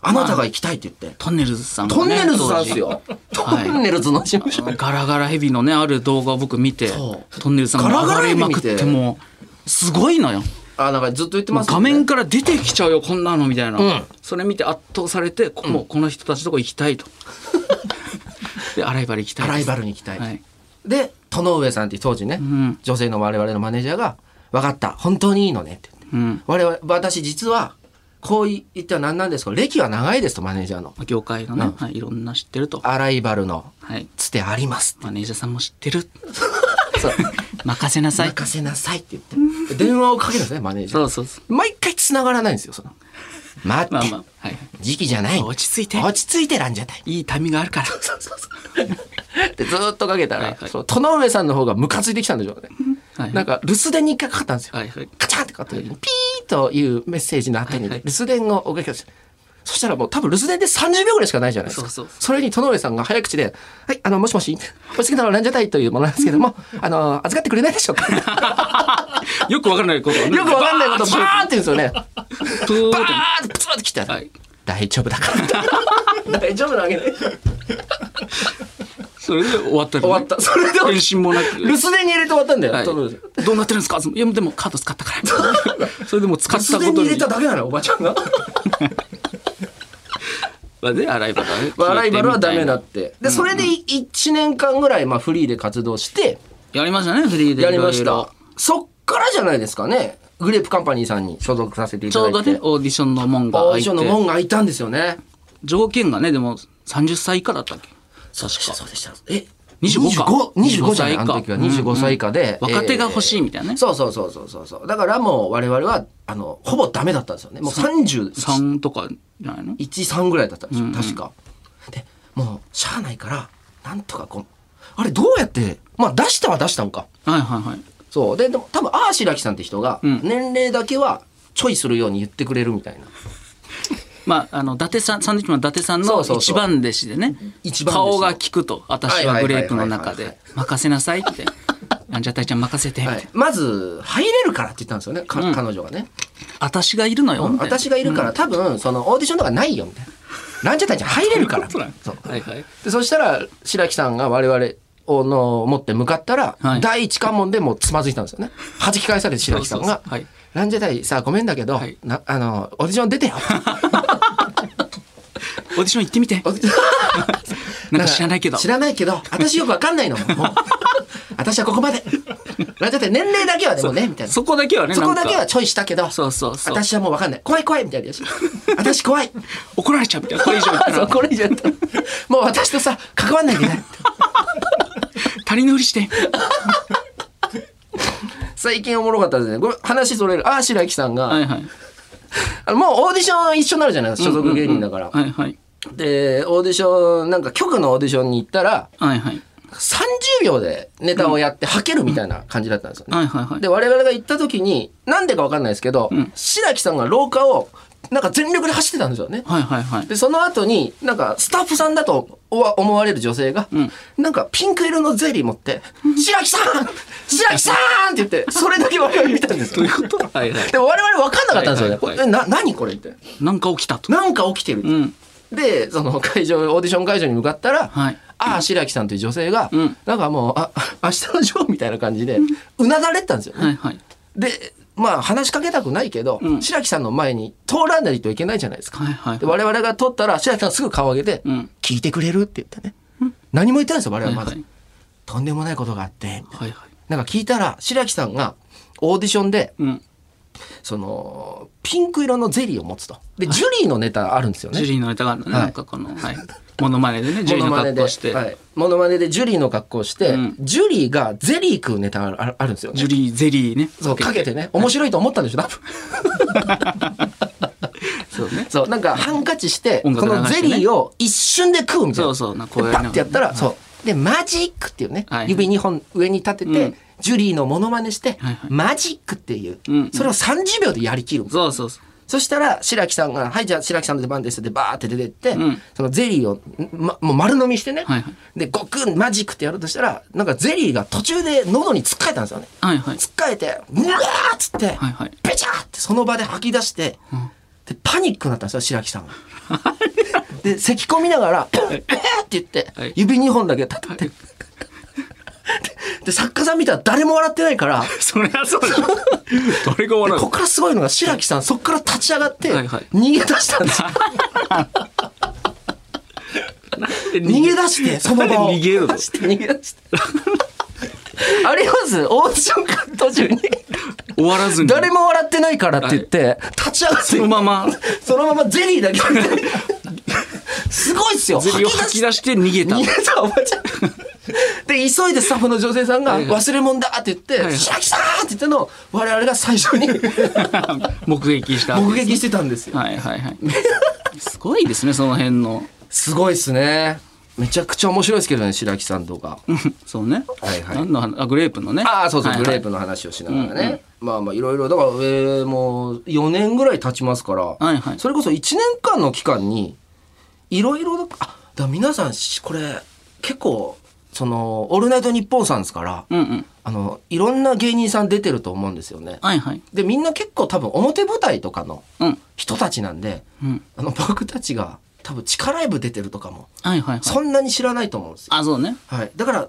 あなたが行きたいって言って、トンネルズさんがねトンネルズさんですよ、トはいンネルズの事務当所時ガラガラヘビのねある動画を僕見てそうトンネルズさんがガラガ暴ラヘれビま見くてってもうすごいのよあなんかずっと言ってます画よね面から出てきちゃうよこんなのみたいな、うんそれ見て圧倒されてこもうこの人たちのとこ行きた *laughs* いと、でアライバル行きたいアですライバルに行きたい、はいで殿上さんっていう当時ね、ん女性の我々のマネージャーが「分かった本当にいいのね」って言っうてん我々私実はこう言っては何なんですけど歴は長いですとマネージャーのまあ業界のね、うんはい、いろんな知ってると、アライバルのはい、つてありますマネージャーさんも知ってる *laughs* そう任せなさい任せなさいって言って電話をかけるんですねマネージそャうそうそうー毎回繋がらないんですよその待って、まあまあ、はい、時期じゃない落ち着いて落ち着いてらんじゃないいいタイミングあるからってずーっとかけたら、はいはいそう殿上さんの方がムカついてきたんでしょうね、はいなんか留守電に一回かかったんですよ、はいはいカチャンってかかった時に、ピーというメッセージの後に、はいは留い守電をおかけました。そしたらもう多分留守電で30秒ぐらいしかないじゃないですか。そうそうそうれに、殿上さんが早口で、はい、あの、もしもし、お次のランジャタイというものなんですけども、あの、預かってくれないでしょうかよよくわからないことをねくわかんないこと、バーンって言うんですよね。プーバってーンってプツッて来たら、はい大丈夫 *laughs* だから。大丈夫なわけない。それで終わったよ終ねわった。*laughs* それで返信もなく留守電に入れて終わったんだよ、はい殿上さん。どうなってるんですか *laughs* いやでもカード使ったから *laughs* それでもう使っ留たこ守電とにに入れただけなの、おばちゃん *laughs* が。まあねアライバルはねまあライバルはダメだ聞いってて。で、それで1年間ぐらい、まあ、フリーで活動して、みたいなやりましたねフリーでやりましいろいろた。そっからじゃないですかね。グレープカンパニーさんに所属させていちたょだうどいて。ねオーディションの門がオー開ディいシてョンの門が開いたんですよね。条件がねでも30歳以下だったっけそうでした、そうでした。え25か25じゃないあの時はうんうん25歳以下で。うん若手が欲しいみたいなねえーそうそうそうそうそうそう。だからもう我々は、あの、ほぼダメだったんですよね。もう31、 3とかじゃないの3ぐらいだったんですよ。確か。で、もう、しゃあないから、なんとかこう、あれどうやって、まあ出したは出したんか。はいはいはいそう。で、でも多分、あーしらきさんって人が、ん年齢だけは、ちょいするように言ってくれるみたいな。まああの伊達さんサンドウィッチマンの伊達さんそのうそうそう一番弟子でね一番弟子顔が効くと私はグレープの中はいはいでは任せなさい *laughs* ってランジャタイちゃん任せてみたいは、ないまず入れるからって言ったんですよね、か彼女がね、私がいるのよみたいな私がいるから、多分そのオーディションとかないよみたいなランジャタイちゃん入れるからそうなんそうはいはいでそしたら白木さんが我々をの持って向かったら、はい第一関門でもうつまずいたんですよね弾き返されて白木さんがそうそうそうはいランジャタイさごめんだけど、はいなあのオーディション出てよ」オーディション行ってみて *laughs* なんか知らないけど知らないけど私よくわかんないのもう *laughs* 私はここまでランジャタイ年齢だけはでもねみたいなそこだけはねそこだなけんはかチョイしたけどそうそうそう私はもう分かんない怖い怖いみたいなやつ私怖い怒られちゃうみたいなこれ以上言った *laughs* そうらこれ以上やったらもう私とさ関わんない *laughs* でね足りのふりして最近おもろかったですねこれ話それるああ白木さんが、はいはいあのもうオーディション一緒になるじゃないですか所属芸人だから、はいはいでオーディションなんか局のオーディションに行ったらはいはい30秒でネタをやって吐けるみたいな感じだったんですよね、はいはいはいで我々が行った時になんでか分かんないですけど、白木さんが廊下をなんか全力で走ってたんですよね。はいはいはい。で、その後に、なんか、スタッフさんだとお思われる女性が、んなんか、ピンク色のゼリー持って、白木さん白木さんって言って、それだけ我々見たんですよ。ことはいはい。でも我々分かんなかったんですよね。はいはいはいこれえな、何これって。なんか起きたと。なんか起きてる。うん。で、その会場、オーディション会場に向かったら、はいああ、白木さんという女性が、うんなんかもう、あ、明日のジョーみたいな感じで、うなだれてたんですよね。はいはい。で、まあ話しかけたくないけど、うん白木さんの前に通らないといけないじゃないですか。はいはいで。我々が撮ったら白木さんすぐ顔上げて、うん聞いてくれるって言ってね、何も言ってないんですよ我はい々まはず、い。とんでもないことがあってはいはい。なんか聞いたら白木さんがオーディションでうん。そのピンク色のゼリーを持つとでジュリーのネタあるんですよね、ジュリーのネタがあるんだね。はいなんかこの、はい。モノマネでね、ジュリーの格好して。はい、モノマネでジュリーの格好をして、うんジュリーがゼリー食うネタあるあるあるんですよジねュリー、ゼリーね。そうかけてね面白いと思ったんでしょ多分 *laughs* そうね。そうなんかハンカチして音楽こ流してのねゼリーを一瞬で食うみたいなそうそうなこうやでりなパがらッてやったら、そうでマジックっていうね、はい指2本上に立てて、うんジュリーのモノマネして、はいはいマジックっていう、うんそれを30秒でやりきるそうそうそう。そしたら白木さんが「はいじゃあ白木さんの出番です」ってバーって出てって、うんそのゼリーを、ま、もう丸飲みしてね、はいはいでゴクンマジックってやろうとしたらなんかゼリーが途中で喉につっかえたんですよねはいはい。つっかえて「うわ!」っつって、はいはい。ペチャーってその場で吐き出して、でパニックになったんですよ白木さんが。で咳込みながら「えっ!」って言って、はい指2本だけ立って。で作家さん見たら誰も笑ってないからでそりゃそうだ。誰が笑うこのこからすごいのが白木さんそこから立ち上がってはいはい逃げ出したんですよ逃げ *laughs* 出してその場を逃げるの出して逃げ出してありますオーディションカット中に終わらずに。誰も笑ってないからって言って、立ち上がってそのまま、そのままゼリーだけ置いてすごいっすよゼリーを吐き出して逃げた逃。げたおばちゃんで急いでスタッフの女性さんが「はいはい忘れ物だ」って言ってはい「白木さん!」って言ったのを我々が *laughs* 最初に目撃した。目撃してたんですよはいはいはい。すごいですね、その辺の。 *laughs* すごいっすねめちゃくちゃ面白いですけどね白木さんとかそうね。はいはい何の話あ、グレープのね。ああそうそうはいグはいレープの話をしながらねまあまあいろいろだからえーもう4年ぐらい経ちますからはいはいそれこそ1年間の期間にいろいろだあだから皆さんしこれ結構その「オールナイトニッポン」さんですからうんうん。あのいろんな芸人さん出てると思うんですよね。はいはい。でみんな結構多分表舞台とかのうん。人たちなんでうん。あの僕たちが多分地下ライブ出てるとかもはいはいはい。そんなに知らないと思うんですよ。あ、そうね。はい、だから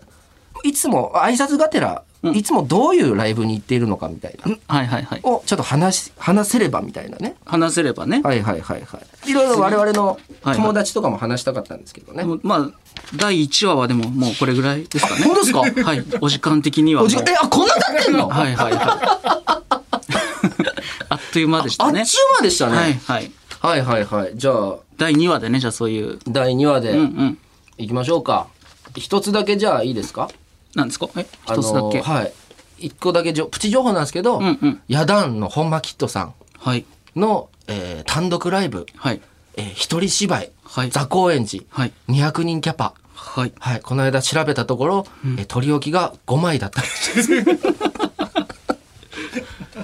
いつも挨拶がてらいつもどういうライブに行っているのかみたいな、はいはいはい。をちょっと話し話せればみたいなね。話せればね。はいはいはいはい。いろいろ我々のはい友達とかも話したかったんですけどね。でもまあ、第1話はでももうこれぐらいですかね。本当ですはい。お時間的にはもおう。じえあこんな経ってんの、はいはいはい。 *laughs* あっという間でしあたっちゅね。うまでしたね、はいはい。はいはいはい。じゃあ第2話でね、じゃあそういう。第2話でうんうん。いきましょうか。一つだけじゃあいいですかなんですかえあ一つだけ。のはい。一個だけじょプチ情報なんですけど、うんうんヤダンの本間キッドさはい。んの、えー単独ライブ、はい。えー一人芝居、はい座高円寺、はい。 200人キャパ。はい。はい、この間調べたところ、えー取り置きが5枚だったらしいです。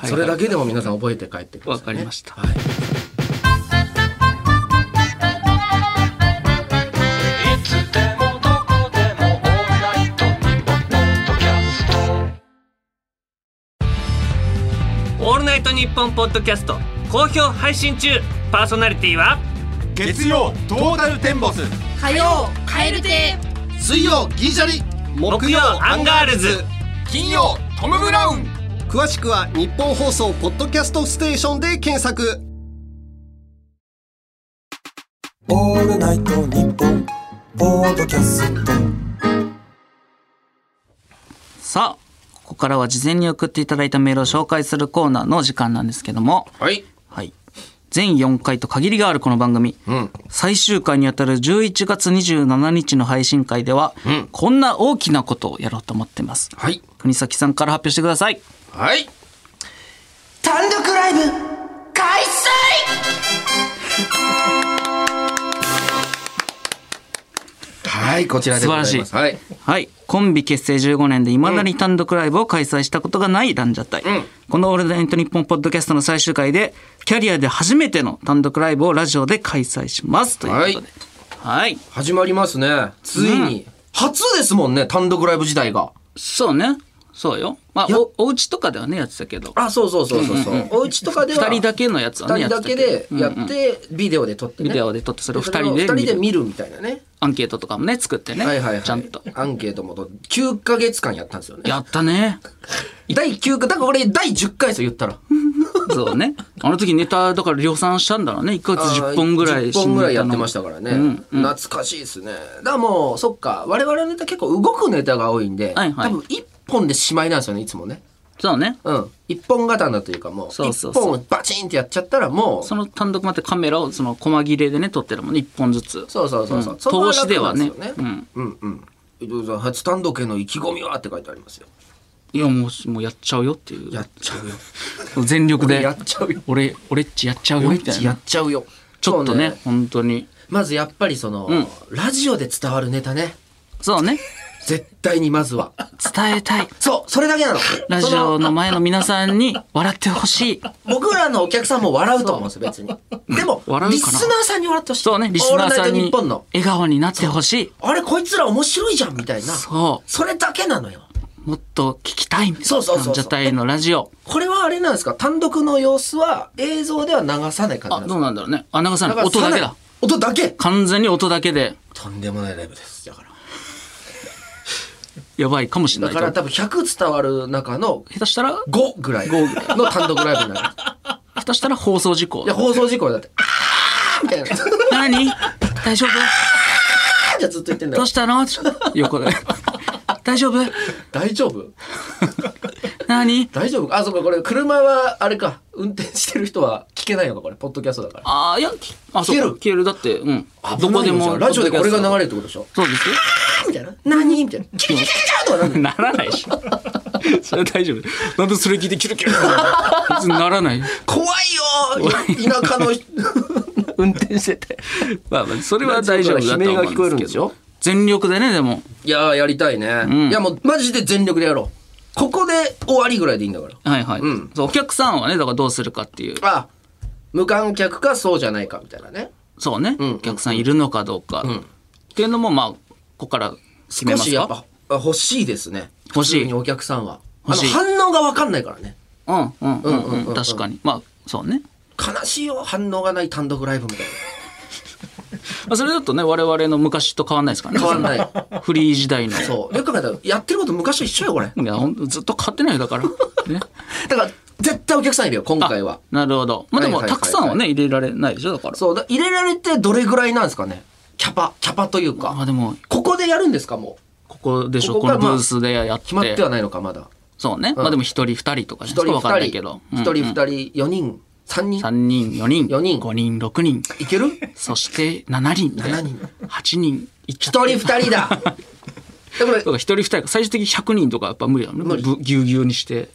それだけでも皆さん覚えて帰ってくださわかい、ね。りました。オールナイトニッポンポッドキャスト好評配信中パーソナリティは月曜トータルテンボス火曜カエル亭水曜ギリシャリ木曜アンガールズ金曜トム・ブラウン詳しくは日本放送ポッドキャストステーションで検索オールナイトニッポンポードキャストさあ、ここからは事前に送っていただいたメールを紹介するコーナーの時間なんですけども。はい。はい。全4回と限りがあるこの番組。うん。最終回にあたる11月27日の配信会では、こんな大きなことをやろうと思ってます。はい。国崎さんから発表してください。はい。単独ライブ開催ははい、こちらでございます。素晴らしいはい。はい、コンビ結成15年でいまだに単独ライブを開催したことがないランジャタイ、この「オールナイトニッポン」ポッドキャストの最終回でキャリアで初めての単独ライブをラジオで開催しますということではい、始まりますね。ついに、初ですもんね、単独ライブ自体が。そうねそうよまあやおお家とかではねやってたけどあ、そうそうそうそうそう。お家とかでは2人だけのやつはね二人だけでやって、ビデオで撮ってね。ビデオで撮ってそれをでそれを二人で見る二人で見るみたいなね。アンケートとかもね作ってね、はいはいはい。ちゃんと。アンケートもと9ヶ月間やったんですよね。やったね第9回、だから俺第10回ですよ、言ったら。そうねあの時ネタだから量産したんだろうね1ヶ月10本ぐらい10本ぐらいやってましたたからね。懐かしいですね。だからもう、そっか、我々のネタ結構動くネタが多いんで、はいはい多分1本でしまいなんですよね、いつもね。そうねうん。一本刀というかもう、そう一そうそう本をバチンってやっちゃったらもう、その単独までカメラをその細切れでね撮ってるもんね1本ずつそうそうそうそう。うんそこが投資ではね楽なんですようんうん。伊藤さん初単独への意気込みはって書いてありますよ。いやもうもうやっちゃうよっていうやっちゃうよ。全力で俺やっちゃうよ俺俺っちやっちゃうよ俺みったいちやなっちゃうよ。ちょっとねそう本当にまずやっぱりその、んラジオで伝わるネタね。そうね絶対にまずは。 *laughs* 伝えたいそう、それだけなの。 *laughs* ラジそオのの前の皆さんに笑ってほしい僕らのお客さんも笑うと思うんですよ、別に。でも笑うかな、リスナーさんに笑ってほしい。そうねリスナーさんオールナイトニにッポンの。笑顔になってほしいあれ、こいつら面白いじゃん、みたいな。そそれだけなのよ。うもっと聞きたいみたいなそうそうそうそうランジャタイのラジオこれはあれなんですか単独の様子は映像では流さない感じあなんでどすうなんだろうねあ流さかない音だけだ。音だけ完全に音だけでとんでもないライブです。だから。やばいかもしれだないとから多分100伝わる中の下手したら5ぐらいの単独ライブになる。下手したら放送事故いや、放送事故だって、あーみたいな。何大 *laughs* 丈夫じゃずっと言ってんだどよう。したの横で。大丈夫大丈夫何大丈夫あ、そうか、これ車はあれか。運転してる人は聞けないのか、これ。ポッドキャストだから。ああ、いや、きあ、そうか消える消える。だって、うん。どこで危ないも。よラジオでこれが流れるってことでしょ。そうですよ。あーみたいな。何みたいな。キリキリキリキリとか *laughs* なんないならないでしょ。それは大丈夫。なんでそれ聞いてキュルキュル別にならない。怖いよー田舎の人。運転してて。まあまあ、それは大丈夫だと思うんですけど。悲鳴が聞こえるんでしょ全力でね、でも。いやーやりたいね、いやもうマジで全力でやろうここで終わりぐらいでいいんだからはいはい。うんそう、お客さんはね、だからどうするかっていう。あ無観客かそうじゃないかみたいなねそうね。んお客さんいるのかどうか。っていうのも、まあ、ここから決めま少すか。しやっぱあ欲しいですね欲しい普通にお客さんはあ欲のしい反応が分かんないからねうんうんうんうんうんうんううんん確かにまあそうね悲しいよ反応がない単独ライブみたいまあそれだとね我々の昔と変わんないですからね変わんない *laughs* フリー時代のなそうよく考えたらやってること昔と一緒よこれいやほんとずっと変わってないよだ *laughs* からねだから絶対お客さんいるよ今回はなるほどまあでもはいはいはたいはいくさんはね入れられないでしょだからそうだ入れられてどれぐらいなんですかねキャパキャパというまあかでもここでやるんですかもうここでしょこここがのブースでやって決まってはないのかまだそうねまあでも一人二人とか一しか人分二かんないけ人ど一人二人四人三人3人4人四人5人6人いけるそして7人で7人8人いっちゃ一って人二 *laughs* 人だでもこれそうか一人二人か最終的に100人とかやっぱ無理だよねぶぎゅうぎゅうにして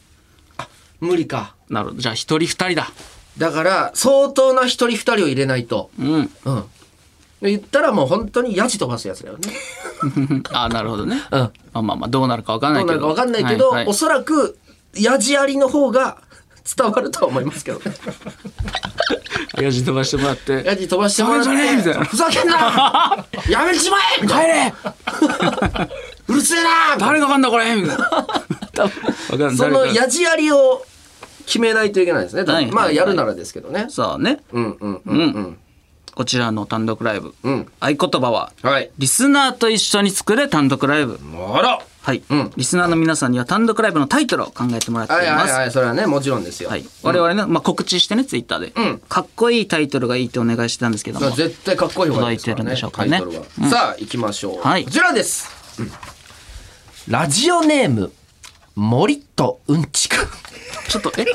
無理かなるほどじゃあ一人二人だだから相当な一人二人を入れないとうんうんで言ったらもう本当にヤジ飛ばすやつだよねあなるほどね、うんまあまあまあどうなるかわかんなどいうけなどるか分かんないけど、はいはいおそらくヤジありの方が伝わるとは思います *laughs* けどね親父飛ばしてもらってヤジ飛ばしてもらってそれじゃねえみたいなふざけん *laughs* なやめちまえみたい帰れな *laughs* うるせえなみたい誰がかんだこれみたいな多分わかんないなその誰かヤジありを決めないといけないですね、多分はいはいはいまあやるならですけどねさあねうんうんうんうんこちらの単独ライブ、うん合言葉ははいリスナーと一緒に作る単独ライブあらはい、うんリスナーの皆さんには単独ライブのタイトルを考えてもらっていますはいはいはいそれはねもちろんですよ、はい我々ね、まあ、告知してねツイッターで、んかっこいいタイトルがいいってお願いしてたんですけどもまあ絶対かっこいい方がいいですか届いてるらねんでしょうかねタイトルはさあ行きましょう、はいこちらです、うんラジオネーム森とうんちくちょっと *laughs* え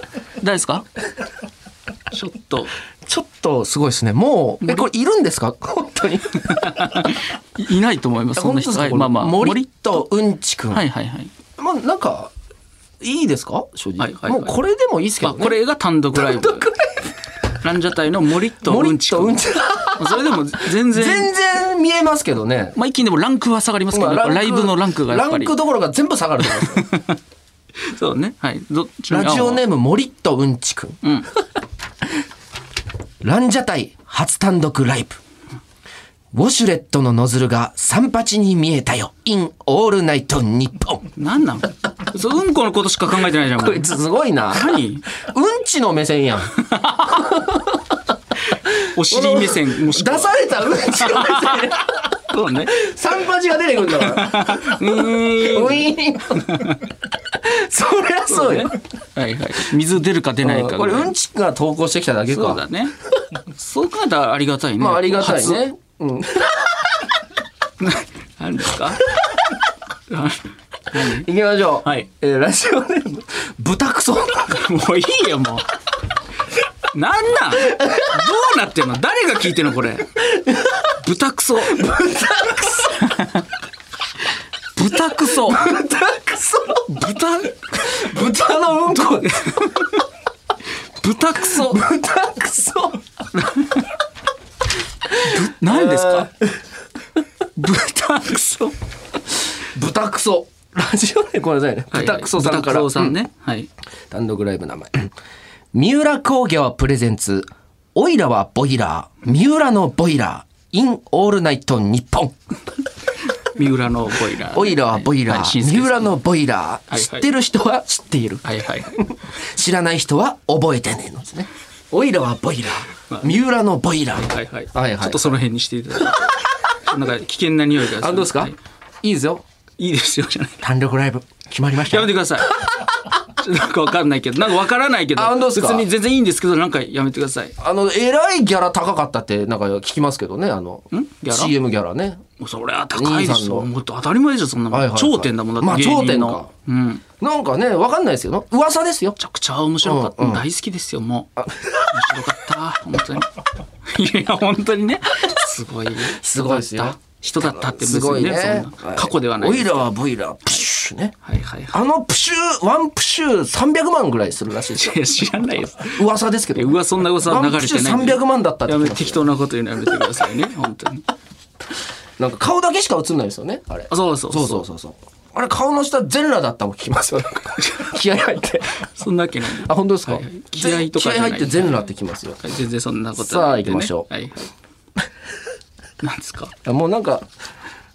誰ですかちょっと *laughs* ちょっとすごいですねもうえこれいるんですか本当に *laughs* いいないと思いますそんな人はいまあまあ森とうんちくん、はいはいはい。まあなんかいいですか正直、はいはいはいもうこれでもいいですけまあど、ねこれが単独ライブ。ランジャタイの森とうん森ちくとん。うんちくそれでも全然 *laughs* 全然見えますけどね。まあ一気にでもランクは下がりますけど、やっぱライブのランクがやっぱりランクどころか全部下がると思いますよそうねはいどちなみにラジオネーム森っとうんちくん、ん *laughs* ランジャタイ初単独ライブウォシュレットのノズルが三八に見えたよ in オールナイト日本何なのそううんこのことしか考えてないじゃんもこういつすごいな何うんちの目線やんお尻目線もしく出はされたうんちの目線 *laughs* そうね三八が出てくるんだからウィーンそりゃそうよはいはい水出るか出ないかこれうんちちくんが投稿してきただけそうかだねそう考えたらありがたいねまあありがたい初ねうん何ですか行きましょう。はいえーラジオネーム、豚クソ。もういいよもうなんなんどうなってんの誰が聞いてんのこれ豚クソ豚クソ豚クソ。豚クソ豚のうんこ。豚クソ豚クソ。何ですか豚クソ豚クソ。ラジオネーム、ごめんなさいね。豚クソさんか豚クら。ソさんうね、はいん単独ライブ名前。三浦工業プレゼンツ、オイラはボイラー、三浦のボイラー、インオールナイト日本。三浦のボイラーオイラはボイラはいー、紳助三さん浦のボイラー、はい知ってる人は知っている。はいはいはい知らない人は覚えてねえのですね。オイラはボイラー、三浦のボイラー。はいはい。はいはいちょっとその辺にしていただいて。なんか危険な匂いがする。あ、どうですかはいいいですよ。いいですよ、じゃない。単独ライブ決まりましたやめてください。ちょっとなんかわかんないけど、なんかわからないけど、あどうですか別に全然いいんですけど、なんかやめてください。あのえらいギャラ高かったってなんか聞きますけどねあのんギャラ CM ギャラねそれは高いで兄さんしのょ。もっと当たり前でしょ、そんなもん。はいはいはい頂点だもんだって、まあ芸人の頂点かうん。めなんかねわかんないですよ噂ですよちゃくちゃ面白かった。うんうん大好きですよ、もう。面白かった。本当に。 *laughs* いや、本当にね。すごい。すごいですよ人だったって別すごいにねね、そんな。過去ではないオですイけラど。はボイラープシュねはいはいはあのプシュワンプシュ300万ぐらいするらしい *laughs* ですよい。いや、知ら *laughs* ないです。噂ですけどえ噂そんな噂は流れてないんで。ワンプッシュ300万だったってや聞めきました適当なこと言うのやめてくださいね。本当に。なんか顔だけしか映んないですよねあれあそうそうそそううそそうう。そうそうあれ顔の下全裸だったもん聞きま *laughs* すよなんか気合入ってそんなわけない。あ本当ですかはいはい気合とかじゃない気合入って全裸ってきますよはい全然そんなことさあ行きましょう。うはいはい。なんですか。いやもうなんか、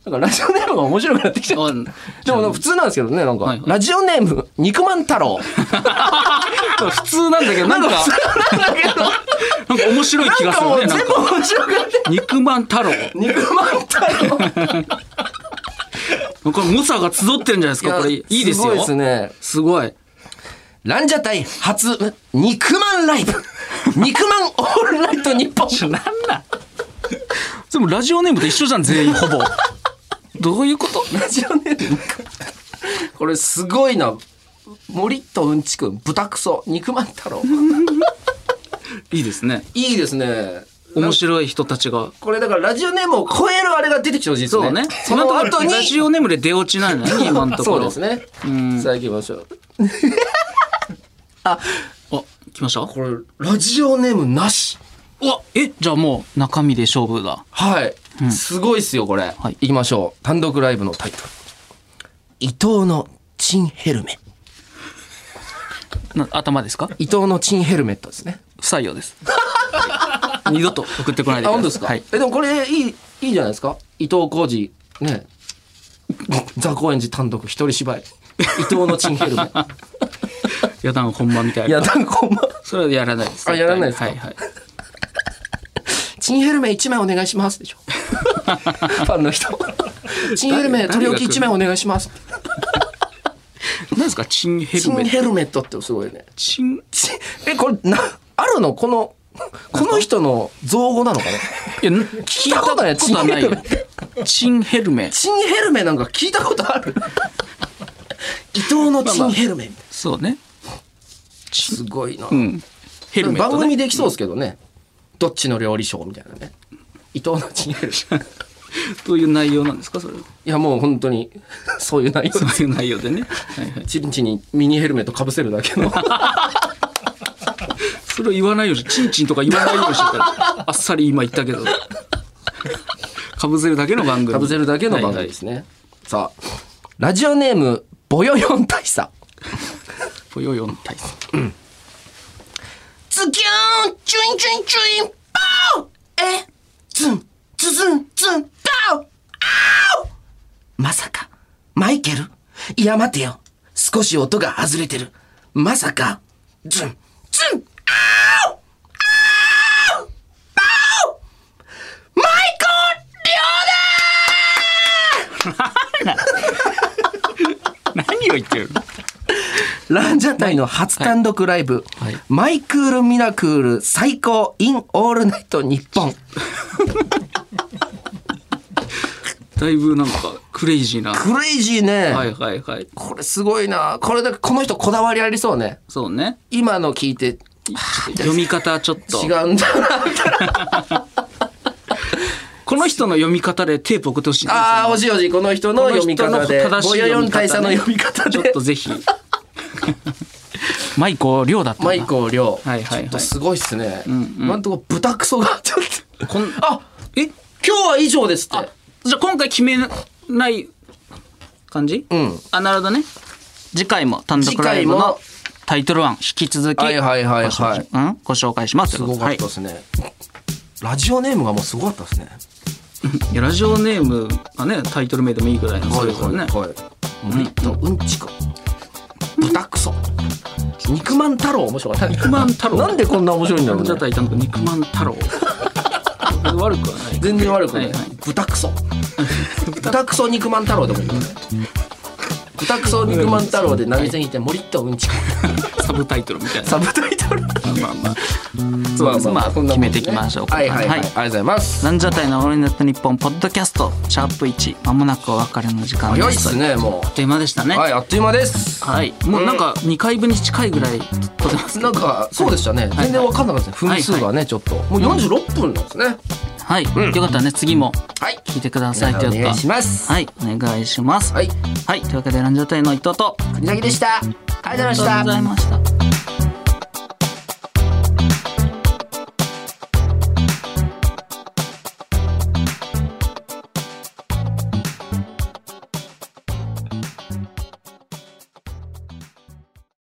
なんかラジオネームが面白くなってきちゃあった。 *laughs* でもなんか普通なんですけどね、なんか、はいはいラジオネーム、肉まん太郎。 *laughs* 普通なんだけどなんかなんか面白い気がなんすかるもうね。全なん部か面白くなって。肉まん太郎。肉まん太郎。これ猛者が集ってるんじゃないですか。これいいですよ。すごいです。ね。すごい。ランジャタイ初、肉まんライブ。肉まんオールナイト日本。なんなん。でもラジオネームと一緒じゃん全員ほ *laughs* ぼ。どういうこと？ラジオネーム、これすごいな。森とうんちくん、豚クソ、肉まん太郎。 *laughs* いいですね。いいですね。面白い人たちが。これだからラジオネームを超えるあれが出てきてほしいですね。そうね。その後に。ラジオネームで出落ちないの *laughs* ね、今のところ。そうですね。さあ行きましょう。あ、来ましたこれラジオネームなし。うわえ、じゃあもう中身で勝負だ。はい。すごいっすよこれ。はい行きましょう。単独ライブのタイトル。伊藤のチンヘルメ。な頭ですか伊藤のチンヘルメットですね。不採用 *laughs* です。二度と送ってこないであください。本当ですか。はい。えでもこれいいいいじゃないですか。伊藤浩二ね。ザ高円寺単独一人芝居。伊藤のチンヘル *laughs* メ。やだん本番みたいいな。やなんかほんま。それはやらないです。あやらないですかはいはい。チンヘルメ1枚お願いします *laughs* でしょファンの人チンヘルメ取り置き1枚お願いします何ですかチンヘチルンメット。ヘルメットってすごいねチン、チンえこれなあるのこのこの人の造語な *laughs* のかないや、聞いたことない聞いたことないよチンヘチンヘル。ルメ。チンヘルメなんか聞いたことある伊藤のチンヘルメみたいなそうね。すごいな、うん。ヘルメッ番トね。組できそうですけどねどっちの料理賞みたいなね伊藤のチンヘルメどういう内容なんです *laughs* かそれは。いやもう本当にそういう内容そういう内容でね。はいはい。チンチンにミニヘルメットかぶせるだ *laughs* けのそ *laughs* れを言わないように、チンチンとか言わないようにしてたら、あっさり今言ったけど。かぶせるだけの番組かぶせるだけの番組ですね、さあラジオネームぼよよん大佐ぽよよん体操ズキューンチュインチュインチュインパオえズンズズンズンパオあおまさかマイケルいや待てよ少し音が外れてるまさかズンズンあおあおパオマイ何を言ってるのコランジャタイの初単独ライブ、マイクールミラクール最高 in オールナイト日本だいぶなんかクレイジーなはクレイジーね、いはいはいこれすごいなこれだけこの人こだわりありそうねそうね今の聞いて読み方ちょっと違うんだ *laughs* なこの人の読み方でテープ送ってほしいんですよねああ惜しい惜しいこの人の読み方でこの人の正しいボヨヨン大佐の読み方ちょっでと *laughs* ぜひマイコ亮だったなマイコリョウはいはいはいちょっとすごいっすね今んとこ豚クソがちょっとこん *laughs* あえじ今日は以上ですってゃあ今回決めない感じうんあなるほどね次回も単独ライブ次の回もタイトル案引き続きはいはいはいはいご紹うん、ご紹介しますすごかったですねラジオネームがもうすごかったですねいやラジオネームがねタイトル名でもいいぐらいのそうですよね、いもう一頭うんちく豚クソ肉まん太郎面白かった肉肉まん太郎なんでこんな面白いんだろうじゃねあタイタンク肉まん太郎 *laughs* 悪くはない全然悪くない、はいはい豚クソ豚クソ肉まん太郎でもいいよね豚クソ肉まん太郎で投げ銭いて森とうんちくサブタイトルみたいなサブタイトルまあまあそうですまあこんな決もんめねていきましょうかはいはいはい、ありがとうございますランジャタイのオールナイトニッポンポッドキャストシャープ1まもなくお別れの時間です早いっすねもあっという間でしたうねははいい、あっという間ですもうなんか2回分に近いぐらい撮ってますけなどんかそうでしたね全然わかんなかったですね分数がね、ちょっともう46分なんですねはい、よかったらね次もはい聞いてくださいというかお願いしますはいお願いしますはい、はい、というわけでランジャタイの伊藤と国崎でしたありがとうございまありしたがとうございました